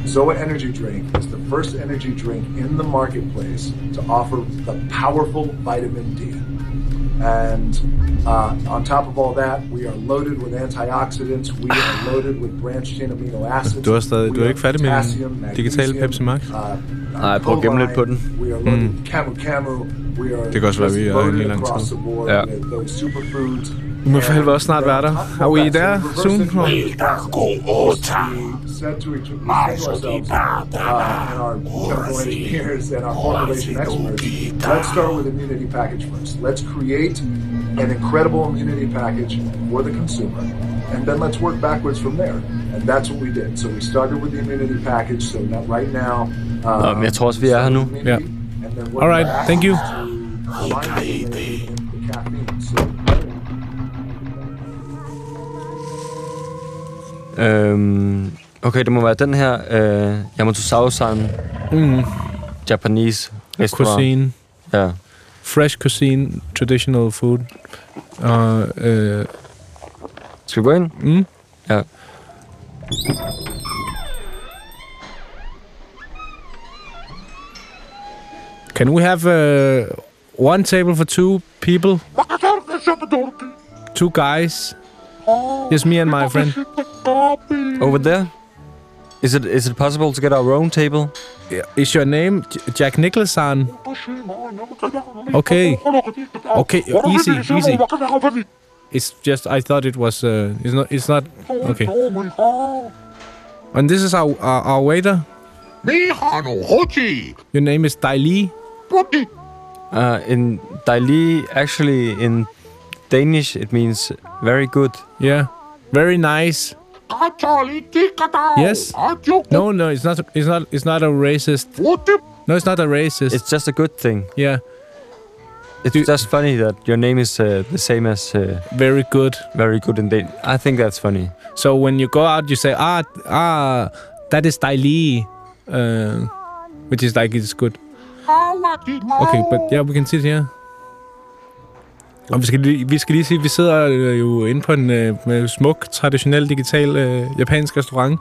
Speaker 9: Zoa Energy Drink is the first energy drink in the marketplace to offer the powerful vitamin D. And uh, on top of all that, we are loaded with antioxidants. We are loaded with branched chain amino acids.
Speaker 2: Du er stadig-
Speaker 9: We
Speaker 2: du er
Speaker 9: are
Speaker 2: ikke færdig med din
Speaker 9: potassium,
Speaker 2: digitale
Speaker 9: magnesium,
Speaker 2: Pepsi Max?
Speaker 9: uh, uh,
Speaker 5: Nej, prøv at gemme lidt på den.
Speaker 9: We are loaded
Speaker 2: Mm.
Speaker 9: with camu camu. We are
Speaker 2: Det kan også være, vi er
Speaker 9: loaded
Speaker 2: inde i lang
Speaker 9: across
Speaker 2: tid.
Speaker 9: the board
Speaker 5: Ja.
Speaker 9: with those superfoods.
Speaker 2: Du må for helvede også snart være der. Er we there soon?
Speaker 9: uh, Let's start with immunity package first. Let's create an incredible immunity package for the consumer, and then let's work backwards from there. And that's what we did. So we started with the immunity package. So now, right now,
Speaker 5: Nå, men jeg tror også, vi er her nu.
Speaker 9: immunity,
Speaker 2: Ja.
Speaker 9: and then
Speaker 2: All right,
Speaker 9: work
Speaker 2: thank you.
Speaker 9: back to the caffeine. So
Speaker 5: Øhm, okay, det må være den her øh, Yamato Sao-san. Mm. Japanese restaurant.
Speaker 2: Cuisine.
Speaker 5: Ja.
Speaker 2: Fresh cuisine, traditional food. Og øh,
Speaker 5: Skal vi gå ind?
Speaker 2: Mm.
Speaker 5: Ja.
Speaker 2: Can we have uh, one table for two people? Two guys. Just me and my friend.
Speaker 5: Over there? Is it is it possible to get our own table?
Speaker 2: Is your name J- Jack Nicholson? Okay. Okay, easy, easy. It's just I thought it was. Uh, it's not. It's not. Okay. And this is our our, our waiter. Your name is Dai Li.
Speaker 5: Uh, in Dali, actually in Danish, it means very good.
Speaker 2: Yeah. Very nice. Yes. No, no, it's not. It's not. It's not a racist. No, it's not a racist.
Speaker 5: It's just a good thing.
Speaker 2: yeah.
Speaker 5: It's
Speaker 2: Do-
Speaker 5: just funny that your name is uh, the same as uh,
Speaker 2: Very good.
Speaker 5: very good in Danish. I think that's funny.
Speaker 2: So when you go out, you say ah ah, that is Dai Li, uh, which is like it's good. Okay, but yeah, we can sit here. Og vi skal, lige, vi skal lige sige, at vi sidder øh, jo inde på en øh, med smuk, traditionel, digital øh, japansk restaurant.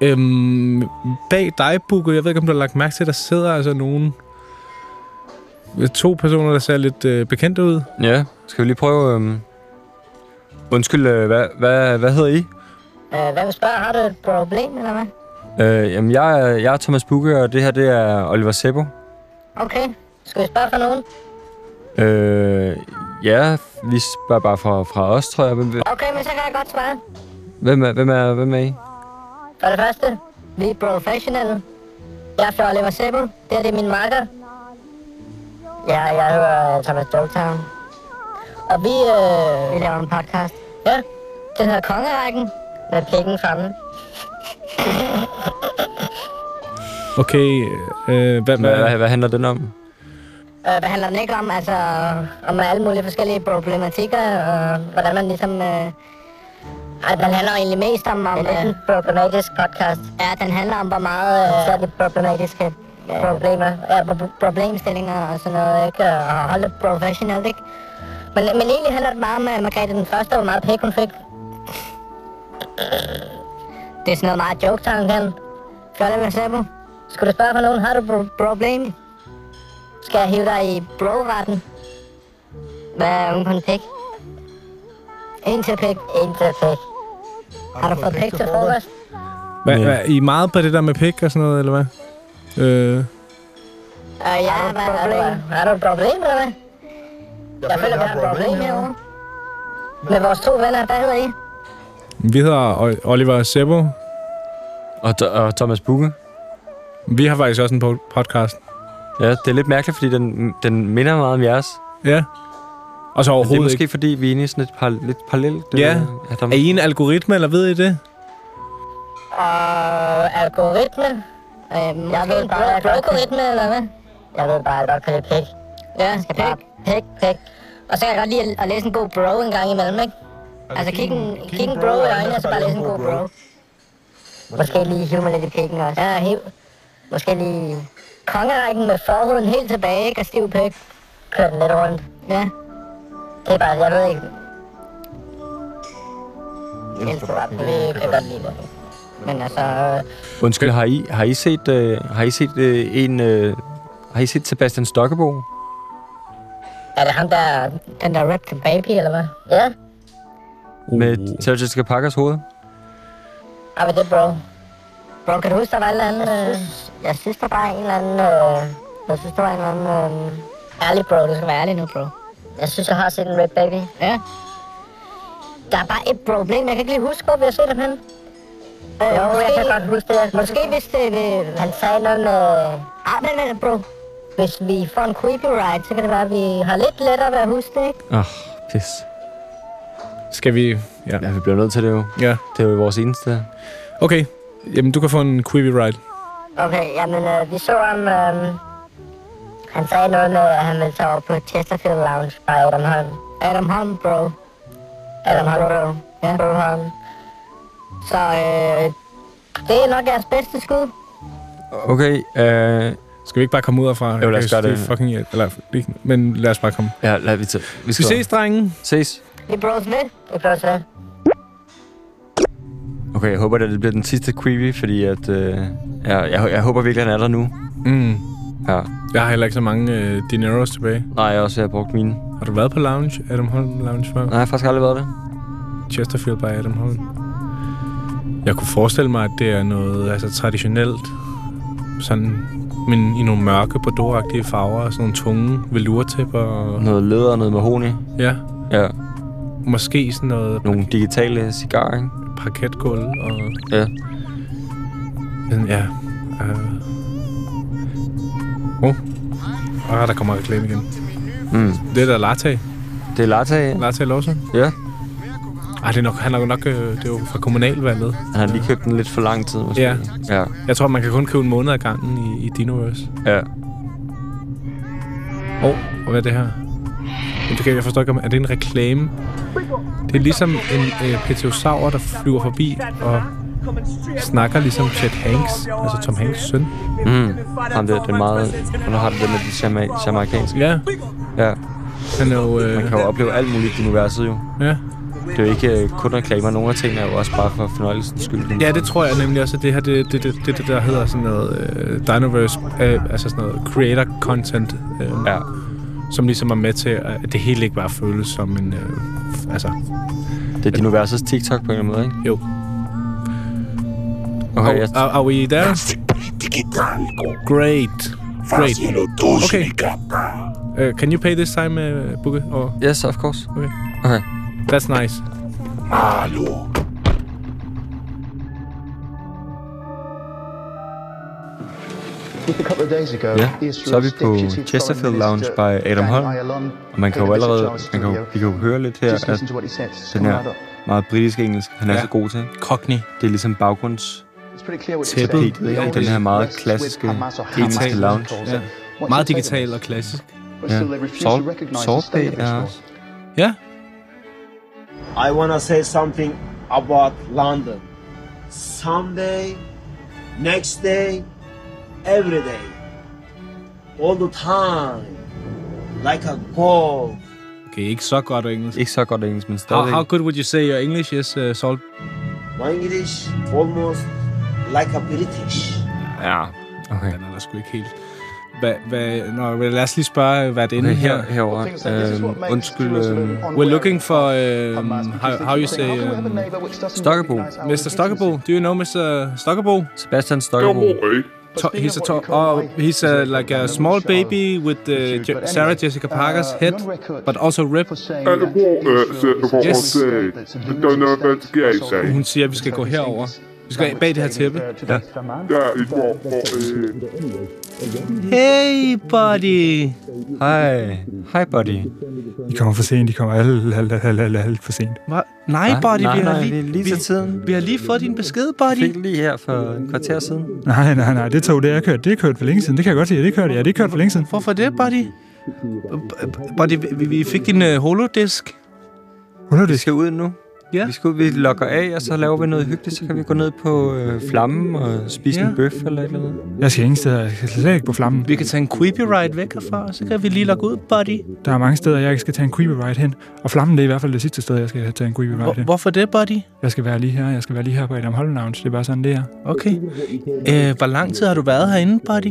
Speaker 2: Øhm, bag dig, Bukke, jeg ved ikke, om du har lagt mærke til, at der sidder altså nogen... Øh, To personer, der ser lidt øh, bekendte ud.
Speaker 5: Ja, skal vi lige prøve... Um... Undskyld, øh, hvad, hvad, hvad hedder I?
Speaker 10: Øh, hvem spørger, har du et problem, eller hvad?
Speaker 5: Øh, jamen, jeg er, jeg er Thomas Bukke, og det her, det er Oliver Seppo.
Speaker 10: Okay, skal vi spørge for nogen?
Speaker 5: Øh, ja, vi spørger bare fra, fra os, tror jeg. Hvem,
Speaker 10: Okay, men så kan jeg godt svare.
Speaker 5: hvem, er, hvem, er, hvem er I?
Speaker 10: For det første, vi er professionelle. Jeg er fra Oliver Sebel. Det her det er min makker. Ja, jeg hedder øh, Thomas Joketown. Og vi, øh, vi laver en podcast. Ja, den hedder Kongerækken. Med pikken fremme.
Speaker 2: Okay, øh, hvad,
Speaker 5: Hvad,
Speaker 2: hvad,
Speaker 5: hvad, hvad handler den om?
Speaker 10: Øh, hvad handler den ikke om? Altså, om alle mulige forskellige problematikker, og hvordan man ligesom... Øh, ej, den handler egentlig mest om... om en øh, problematisk podcast. Ja, den handler om, hvor meget... Øh, så er det problematiske problemer, ja, pro- problemstillinger og sådan noget, ikke? Og holde det professionelt, ikke? Men, men egentlig handler det meget om øh, Margrethe den Første, og hvor meget pæk hun fik. Det er sådan noget meget joke den. Fjolle med Sebo. Skulle du spørge for nogen, har du pro- problem? Skal jeg hive dig i broretten? Hvad er unge på en pik? En til pik. En til pik. Har du fået pik til frokost?
Speaker 2: hvad, hvad, er I meget på det der med pik og sådan noget, eller hvad? Øh,
Speaker 10: Øh, ja, hvad er problemet? Har du et problem, eller hvad? Jeg føler, vi har et problem herovre. Med vores to venner, hvad hedder I?
Speaker 2: vi hedder O- Oliver Sebo.
Speaker 5: Og, og Thomas Bukke?
Speaker 2: Vi har faktisk også en po- podcast.
Speaker 5: Ja, det er lidt mærkeligt, fordi den, den minder meget om jeres.
Speaker 2: Ja. Og så
Speaker 5: Men det er
Speaker 2: overhovedet
Speaker 5: måske,
Speaker 2: ikke.
Speaker 5: fordi vi er inde i sådan et par, lidt parallelt... øh,
Speaker 2: Ja.
Speaker 5: ja der,
Speaker 2: Er I en algoritme, eller ved I det?
Speaker 10: Og algoritme. Øhm, jeg ved bare, at algoritme, eller hvad? Jeg ved bare, at jeg godt kan lide pik. Ja, skal pik. Pik, pik. Og så kan jeg godt lide at- at læse en god bro en gang imellem, ikke? Altså, kig en, kig en bro i øjnene, og så bare læse en god bro. Måske lige hive mig lidt i pikken også. Ja, hiv. Måske lige Altså, kongerækken med forhuden helt tilbage, ikke? Og stiv pik. Kør den lidt rundt. Ja. Det er bare, jeg ved ikke. Jeg elsker bare, pik. det kan godt lide det. Men altså, øh,
Speaker 5: Undskyld, har I, har I set, øh, har I set øh, en... Øh, har I set Sebastian
Speaker 2: Oh.
Speaker 5: Stokkebo?
Speaker 10: Er det ham der, den der rap the baby, eller hvad? Ja.
Speaker 5: Uh. Med Sarah Jessica Parkers hoved?
Speaker 10: Ej, men det, bro. Bro, kan du huske, der var en eller anden... Øh, jeg synes, der var en eller anden... Øh, jeg synes, der var en eller anden... Øh, ærlig, bro. Du skal være ærlig nu, bro. Jeg synes, jeg har set en rap baby. Ja. Der er bare et problem. Jeg kan ikke lige huske, hvor vi har set ham henne. Øh, jo, måske, jeg kan godt huske det. Måske hvis det... Øh, han sagde noget med... Ah, men, men, bro. Hvis vi får en creepy ride, så kan det være, at vi har lidt lettere ved at huske det, ikke?
Speaker 5: Åh, oh, pis.
Speaker 2: Skal vi... Ja.
Speaker 5: Ja, vi bliver nødt til det jo.
Speaker 2: ja.
Speaker 5: Det er jo vores eneste.
Speaker 2: Okay. Jamen, du kan få en Quibi ride.
Speaker 10: Okay, jamen øh, vi så ham, øh, han sagde noget med, at han ville tage over på Chesterfield Lounge by Adam Holm. Adam Holm, bro. Adam Holm, bro. Ja. Bro Holm. Så øh, det er nok jeres bedste skud.
Speaker 5: Okay, øh,
Speaker 2: Skal vi ikke bare komme ud herfra?
Speaker 5: Jo, lad os gøre det.
Speaker 2: Fucking, hjælp. eller, ikke, men lad os bare komme.
Speaker 5: Ja, lad vi tage. Vi
Speaker 2: Skal vi ses, drenge?
Speaker 5: Ses.
Speaker 10: Vi bros lidt. Vi bros lidt.
Speaker 5: Okay, jeg håber, det bliver den sidste creepy, fordi at... Øh, jeg, jeg, jeg håber virkelig, han er der nu.
Speaker 2: Mm.
Speaker 5: Ja.
Speaker 2: Jeg har heller ikke så mange øh, dineros tilbage.
Speaker 5: Nej, jeg også jeg har brugt mine.
Speaker 2: Har du været på lounge? Adam Holm Lounge før?
Speaker 5: Nej, jeg har faktisk aldrig været det.
Speaker 2: Chesterfield by Adam Holm. Jeg kunne forestille mig, at det er noget altså, traditionelt, sådan, men i nogle mørke bordeauxagtige farver, og sådan nogle tunge velurtæpper, og
Speaker 5: Noget leder og noget mahoni.
Speaker 2: ja,
Speaker 5: Ja.
Speaker 2: måske sådan noget
Speaker 5: Nogle digitale cigarer, ikke?
Speaker 2: parketgulv, og
Speaker 5: Ja.
Speaker 2: sådan, ja. Øh. Oh. Ah, der kommer reklame igen.
Speaker 5: Mm.
Speaker 2: Det er da Latte.
Speaker 5: Det er latte,
Speaker 2: Latte Lawson.
Speaker 5: ja.
Speaker 2: Ah, det er nok, han er jo nok øh, det er jo fra kommunalvalget.
Speaker 5: Han har lige købt den lidt for lang tid, måske.
Speaker 2: Ja.
Speaker 5: Ja.
Speaker 2: Jeg tror, man kan kun købe en måned ad gangen i, i Dinoverse.
Speaker 5: ja.
Speaker 2: Åh, oh, hvad er det her? Jamen, det kan jeg forstår ikke, om er det en reklame? Det er ligesom en øh, plesiosaur, der flyver forbi og snakker ligesom Chet Hanks, altså Tom Hanks' søn.
Speaker 5: Mm. Ham der, det er meget... Hvornår har du det med de jama- jamaikanske?
Speaker 2: Ja,
Speaker 5: Ja.
Speaker 2: han er jo... Øh,
Speaker 5: Man kan jo opleve alt muligt i universet, jo.
Speaker 2: ja.
Speaker 5: Det er jo ikke øh, kun reklamer. Nogle af tingene er jo også bare for fornøjelsens skyld.
Speaker 2: ja, det tror jeg nemlig også, at det her, det det, det, det, det der hedder sådan noget øh, Dinoverse, øh, altså sådan noget creator content, øh,
Speaker 5: Ja.
Speaker 2: som ligesom er med til, at det hele ikke bare føles som en... Øh, altså,
Speaker 5: Det er din universets TikTok på en eller anden måde, ikke?
Speaker 2: jo.
Speaker 5: Okay, jeg,
Speaker 2: Are, are we there? Great. Great. Okay. Uh, can you pay this time, uh, Booker? Or
Speaker 5: yes, of course.
Speaker 2: okay.
Speaker 5: Okay.
Speaker 2: That's nice.
Speaker 5: Ja, så er vi på Chesterfield Lounge by Adam Holm. Og man kan jo allerede, man kan jo, vi kan jo høre lidt her, at den her meget britiske engelsk, han er
Speaker 2: Ja.
Speaker 5: så god til.
Speaker 2: Cockney.
Speaker 5: Det er ligesom baggrunds
Speaker 2: Tæppet.
Speaker 5: tapetet, ikke? Den her meget klassiske engelske lounge.
Speaker 2: Ja. Meget digital og klassisk.
Speaker 5: Ja. Salt, salt Bay er også.
Speaker 2: Ja.
Speaker 11: I want to say something about London. Someday, next day, every day, all the time, like a gold.
Speaker 2: Okay, ikke så godt engelsk.
Speaker 5: Ikke så godt engelsk, men
Speaker 2: How,
Speaker 5: stadig.
Speaker 2: how good would you say your English is, uh, Salt?
Speaker 11: My English almost like a British.
Speaker 5: Ja, okay.
Speaker 2: Den er der sgu ikke helt. Hvad, hvad, nå, lad os lige spørge, hvad det inde
Speaker 5: Okay,
Speaker 2: her. Øh,
Speaker 5: her, herovre. Øhm, undskyld, øhm,
Speaker 2: We're looking for, um,
Speaker 11: øh,
Speaker 2: how, how you say, um,
Speaker 5: Stokkebo.
Speaker 2: Mr. Stokkebo. Do you know Mr. Stokkebo?
Speaker 5: Sebastian Stokkebo.
Speaker 2: To- he's a to- oh, he's a, like a small baby with uh, Je- Sarah Jessica Parker's head, but also rib. Yes.
Speaker 10: é tá?
Speaker 2: Hun siger, at vi skal gå herover. Vi skal bag det her tæppe.
Speaker 5: Ja.
Speaker 2: Hey, buddy!
Speaker 5: Hej. Hej, buddy.
Speaker 12: De kommer for sent, de kommer alt, alt, alt, alt, alt, alt for sent.
Speaker 2: Hva? Nej, buddy,
Speaker 5: nej,
Speaker 2: vi har
Speaker 5: nej,
Speaker 2: lige,
Speaker 5: lige til tiden.
Speaker 2: vi har lige fået din besked, buddy.
Speaker 5: Fik den lige her for et kvarter siden.
Speaker 12: Nej, nej, nej, det tog det, jeg kørte. Det er kørt for længe siden. Det kan jeg godt sige, det kørte jeg. Det er kørt for længe siden.
Speaker 2: Hvorfor det, buddy? B- b- Buddy, vi, vi fik din uh, holodisk.
Speaker 12: Hun er
Speaker 5: Vi
Speaker 12: det
Speaker 5: skal ud nu.
Speaker 2: Ja.
Speaker 5: Vi skal ud, vi logger af, og så laver vi noget hyggeligt. Så kan vi gå ned på øh, flammen og spise
Speaker 2: Ja.
Speaker 5: en bøf eller et eller andet.
Speaker 12: Jeg skal ingen steder. Jeg skal slet ikke på flammen.
Speaker 2: Vi kan tage en creepy ride væk herfra, og så kan vi lige logge ud, buddy.
Speaker 12: Der er mange steder, jeg ikke skal tage en creepy ride hen. Og flammen det er i hvert fald det sidste sted, jeg skal tage en creepy ride
Speaker 2: Hvor,
Speaker 12: hen.
Speaker 2: hvorfor det, buddy?
Speaker 12: Jeg skal være lige her. Jeg skal være lige her på Adam Holm Lounge. Det er bare sådan, det er.
Speaker 2: Okay. Øh, hvor lang tid har du været herinde, buddy?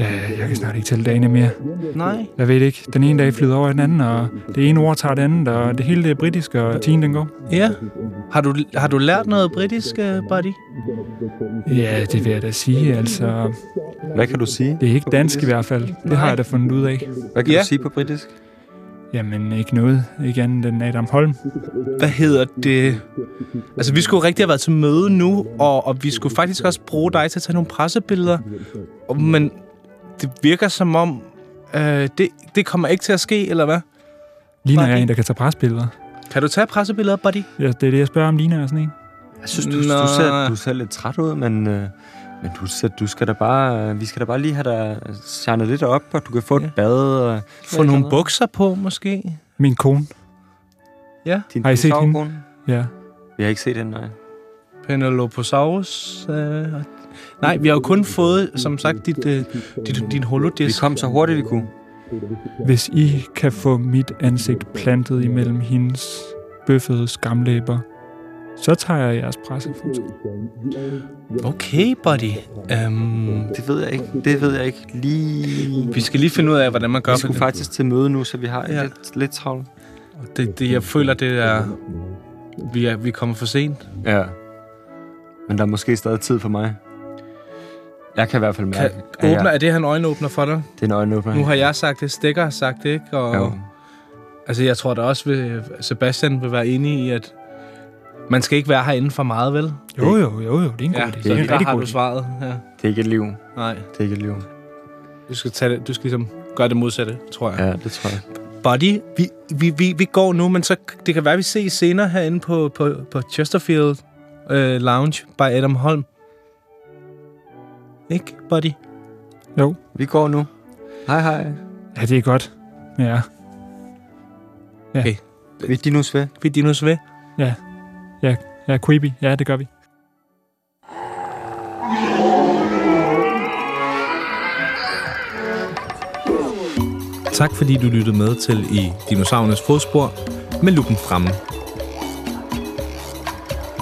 Speaker 12: Ja, jeg kan snart ikke tælle dagene mere.
Speaker 2: Nej.
Speaker 12: Jeg ved det ikke. Den ene dag flyder over i den anden, og det ene ord tager det andet, og det hele det er britisk, og tigen den går.
Speaker 2: Ja. Har du, har du lært noget britisk, øh, buddy?
Speaker 12: Ja, det vil jeg da sige, altså.
Speaker 5: Hvad kan du sige?
Speaker 12: Det er ikke dansk i hvert fald. Det har jeg da fundet ud af.
Speaker 5: Hvad kan
Speaker 2: Ja.
Speaker 5: du sige på britisk?
Speaker 12: Jamen, ikke noget. Ikke andet end Adam Holm.
Speaker 2: Hvad hedder det? Altså, vi skulle rigtig have været til møde nu, og, og vi skulle faktisk også bruge dig til at tage nogle pressebilleder. Og- Men det virker som om, øh, det, det kommer ikke til at ske, eller hvad?
Speaker 12: Ligner
Speaker 2: Bare
Speaker 12: jeg
Speaker 2: det.
Speaker 12: en, der kan tage presbilleder?
Speaker 2: Kan du tage pressebilleder, buddy?
Speaker 12: Ja, det er det, jeg spørger om. Ligner jeg sådan en?
Speaker 5: Jeg synes, du,
Speaker 2: Nå.
Speaker 5: du, ser, du ser lidt træt ud, men... Øh, men du, ser, du skal da bare, øh, vi skal da bare lige have dig øh, sjernet lidt op, og du kan få et
Speaker 2: Ja.
Speaker 5: bad. Og
Speaker 2: Få nogle bukser på, måske?
Speaker 12: Min kone.
Speaker 5: Din
Speaker 12: Har I set hende?
Speaker 5: dinosaurkone?
Speaker 12: Ja.
Speaker 5: Vi har ikke set hende, nej.
Speaker 2: Peneloposaurus. Øh, Nej, vi har jo kun fået, som sagt, dit, øh, dit, din holodisk. Vi kom så hurtigt, vi kunne.
Speaker 12: Hvis I kan få mit ansigt plantet imellem hendes bøffede skamlæber, så tager jeg jeres pressefoto.
Speaker 2: Okay, buddy. Um,
Speaker 5: det ved jeg ikke. Det ved jeg ikke lige.
Speaker 2: Vi skal lige finde ud af, hvordan man gør
Speaker 5: Vi
Speaker 2: på
Speaker 5: skulle
Speaker 2: det.
Speaker 5: faktisk til møde nu, så vi har
Speaker 2: Ja.
Speaker 5: ja. lidt, lidt travlt.
Speaker 2: Det, det, jeg føler, det er... Vi, er, vi kommer for sent.
Speaker 5: Ja. Men der er måske stadig tid for mig. Jeg kan i hvert fald
Speaker 2: Kan,
Speaker 5: mærke, at
Speaker 2: åbner,
Speaker 5: jeg,
Speaker 2: er det han øjenåbner for dig?
Speaker 5: det er en øjenåbner.
Speaker 2: Nu har jeg sagt det, Stikker har sagt det, ikke? Og,
Speaker 5: Jo.
Speaker 2: Altså, jeg tror da også, vil, Sebastian vil være enig i, at man skal ikke være herinde for meget, vel?
Speaker 12: Jo, jo, jo, jo. Det er en god
Speaker 2: ja,
Speaker 12: idé.
Speaker 2: Så
Speaker 12: Det er en
Speaker 2: der
Speaker 12: rigtig
Speaker 2: har
Speaker 12: god
Speaker 2: du
Speaker 12: idé.
Speaker 2: svaret. Ja.
Speaker 5: Det er ikke et liv.
Speaker 2: Nej.
Speaker 5: Det er ikke et liv.
Speaker 2: Du skal, tage det, du skal ligesom gøre det modsatte, tror jeg.
Speaker 5: Ja, det tror jeg.
Speaker 2: Buddy, vi, vi, vi, vi går nu, men så, det kan være, vi ses senere herinde på, på, på Chesterfield øh, Lounge by Adam Holm. Ikke, buddy?
Speaker 12: Jo.
Speaker 5: Vi går nu. Hej, hej.
Speaker 12: Ja, det er godt. Ja. Ja.
Speaker 2: Okay.
Speaker 5: Vi dinos ved.
Speaker 2: Vi dinos ved.
Speaker 12: Ja. Ja, ja creepy. Ja, det gør vi.
Speaker 2: Tak fordi du lyttede med til i Dinosaurernes Fodspor med lukken fremme.